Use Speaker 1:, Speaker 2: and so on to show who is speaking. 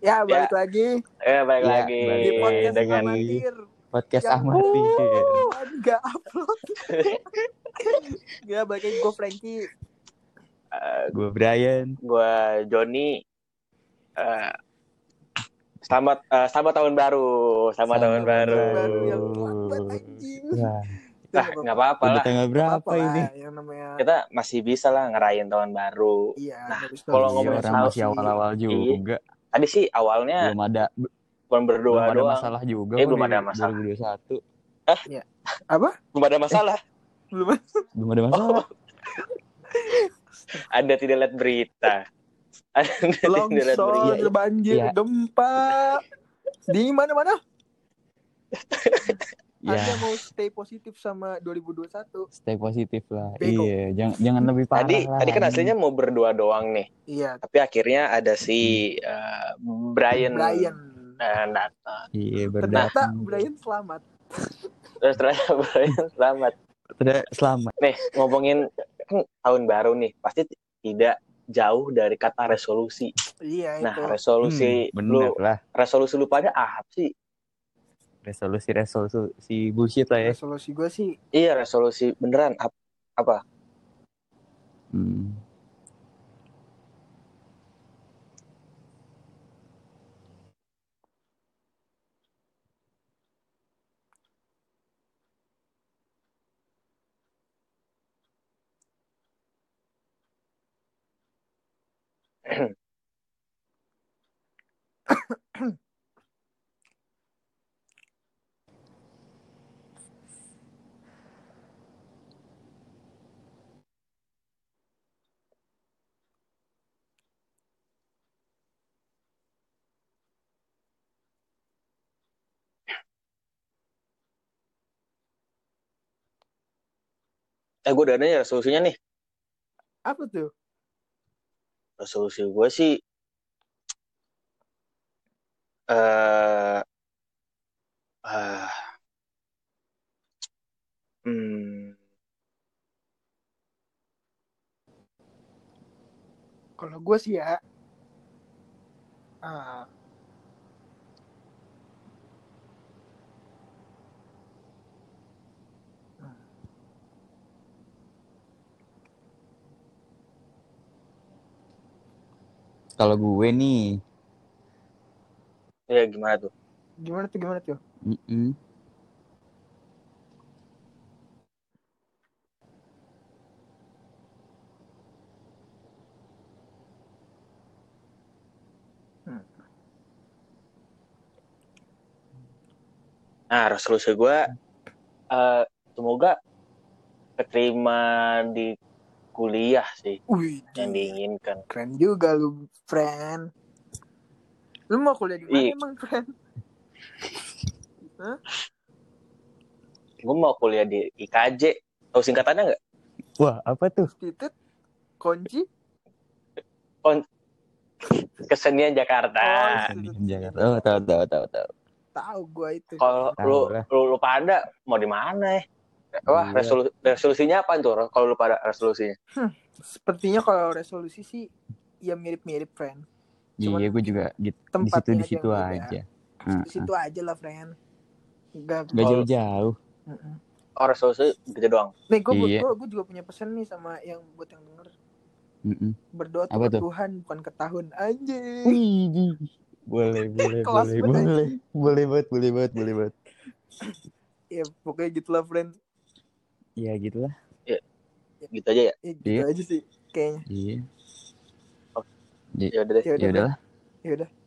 Speaker 1: Ya, balik lagi
Speaker 2: Eh, balik
Speaker 3: Iya,
Speaker 2: lagi
Speaker 3: balik.
Speaker 1: di podcast
Speaker 2: dengan Iya,
Speaker 1: amatir.
Speaker 3: podcast
Speaker 1: Yang-
Speaker 3: amatir.
Speaker 1: Enggak upload. Gila, balik lagi gue Frankie.
Speaker 2: eh,
Speaker 3: Gue Brian.
Speaker 2: gua Joni. Eh, selamat eh, selamat tahun baru, selamat, tahun baru.
Speaker 1: Baru yang kuat anjing.
Speaker 3: Wah,
Speaker 2: Ah, nggak apa-apa
Speaker 3: udah
Speaker 2: lah.
Speaker 3: tanggal berapa
Speaker 1: apa
Speaker 3: ini?
Speaker 1: ini? Yang namanya
Speaker 2: Kita masih bisa lah ngerayain tahun baru.
Speaker 1: Iya, habis
Speaker 2: kalau
Speaker 1: tahun
Speaker 2: ngomongin
Speaker 3: Iya,
Speaker 1: baru.
Speaker 3: orang
Speaker 2: soal
Speaker 3: masih awal-awal juga.
Speaker 2: Tadi sih awalnya
Speaker 3: Belum ada
Speaker 2: belum
Speaker 3: Iya. belum
Speaker 2: berdoa
Speaker 3: ada
Speaker 2: doang.
Speaker 3: masalah juga.
Speaker 2: Eh,
Speaker 3: kok
Speaker 2: belum
Speaker 3: di
Speaker 2: ada masalah.
Speaker 3: 2021.
Speaker 2: Belum ada masalah. Oh.
Speaker 1: belum
Speaker 3: Eh, Belum ada
Speaker 1: Oh,
Speaker 3: masalah.
Speaker 2: Ada tidak lihat berita. Ada tidak lihat
Speaker 1: longsor,
Speaker 2: berita.
Speaker 3: iya.
Speaker 1: banjir,
Speaker 3: Iya.
Speaker 1: gempa. Di mana-mana
Speaker 3: ya,
Speaker 1: Anda mau stay positif sama 2021.
Speaker 3: stay positif lah.
Speaker 1: Bego.
Speaker 3: Iya, jangan jangan lebih parah
Speaker 2: Tadi
Speaker 3: lah.
Speaker 2: tadi kan aslinya mau berdoa doang nih,
Speaker 1: Iya,
Speaker 2: tapi akhirnya ada si
Speaker 3: Hmm.
Speaker 2: eh, Brian.
Speaker 1: Brian.
Speaker 2: eh, datang.
Speaker 3: Iya,
Speaker 1: Ternyata
Speaker 3: berdatang.
Speaker 1: Brian selamat.
Speaker 2: Terus ternyata Brian selamat.
Speaker 3: Ternyata selamat.
Speaker 2: Nih, ngomongin kan tahun baru nih, pasti t- tidak jauh dari kata resolusi.
Speaker 1: Iya,
Speaker 2: Nah,
Speaker 1: itu.
Speaker 2: resolusi
Speaker 3: Hmm, bener
Speaker 2: lu
Speaker 3: lah.
Speaker 2: resolusi lu pada apa sih?
Speaker 3: Resolusi resolusi bullshit lah ya.
Speaker 1: Resolusi gue sih
Speaker 2: Iya, resolusi beneran ap- apa?
Speaker 3: Hmm.
Speaker 2: Eh, gue udah nanya resolusinya nih.
Speaker 1: apa tuh?
Speaker 2: Resolusi gue sih eh ah, hmm,
Speaker 1: Kalau gue sih ya, ah,
Speaker 3: Kalau gue nih,
Speaker 2: ya gimana tuh?
Speaker 1: gimana tuh gimana tuh?
Speaker 3: mm-mm.
Speaker 2: Nah, resolusi gue eh semoga keterima di kuliah sih
Speaker 1: Wih,
Speaker 3: Iya.
Speaker 2: yang diinginkan.
Speaker 1: keren juga lu, friend. Lu mau kuliah di mana
Speaker 2: Iya.
Speaker 1: emang, friend?
Speaker 2: Gue mau kuliah di IKJ. Tahu singkatannya nggak?
Speaker 3: Wah, apa tuh?
Speaker 1: Titit, kunci,
Speaker 2: Kesenian Jakarta.
Speaker 1: Oh,
Speaker 3: Di Jakarta. Oh, tahu tahu tahu tahu.
Speaker 1: tahu gue itu.
Speaker 2: Kalau
Speaker 3: Tahu
Speaker 2: lu,
Speaker 3: lah.
Speaker 2: lu lu pada mau di mana ya? Wah,
Speaker 3: Iya.
Speaker 2: resolu- resolusinya apa tuh? Ro? Kalau lu pada resolusinya?
Speaker 1: Sepertinya kalau resolusi sih ya mirip-mirip, friend. Cuman
Speaker 3: Iya, gue juga gitu. Di situ
Speaker 1: Tempatnya
Speaker 3: di situ
Speaker 1: aja yang
Speaker 3: aja.
Speaker 1: Di situ aja lah, friend. Enggak.
Speaker 3: Gak
Speaker 2: Kalau-
Speaker 3: jauh-jauh.
Speaker 1: Mm-mm.
Speaker 2: Oh, resolusi gitu doang.
Speaker 1: Nih, gue
Speaker 3: Iya.
Speaker 1: gue juga punya pesan nih sama yang buat yang denger.
Speaker 3: Mm-mm.
Speaker 1: Berdoa tuh
Speaker 3: Apa
Speaker 1: ke
Speaker 3: tuh?
Speaker 1: Tuhan, bukan ke tahun. Anjing.
Speaker 3: Wih, wih. Boleh, boleh,
Speaker 1: Kelas
Speaker 3: boleh,
Speaker 1: banget.
Speaker 3: boleh, boleh banget, boleh banget, boleh banget.
Speaker 1: Ya, pokoknya gitu lah, friend.
Speaker 3: Iya gitulah.
Speaker 2: Gitu aja ya.
Speaker 1: Ya, gitu
Speaker 3: Iya.
Speaker 1: aja sih, kayaknya.
Speaker 3: Iya.
Speaker 2: Ya udah deh.
Speaker 1: Ya
Speaker 3: Ya
Speaker 1: udah,
Speaker 3: udahlah.
Speaker 1: ya udah.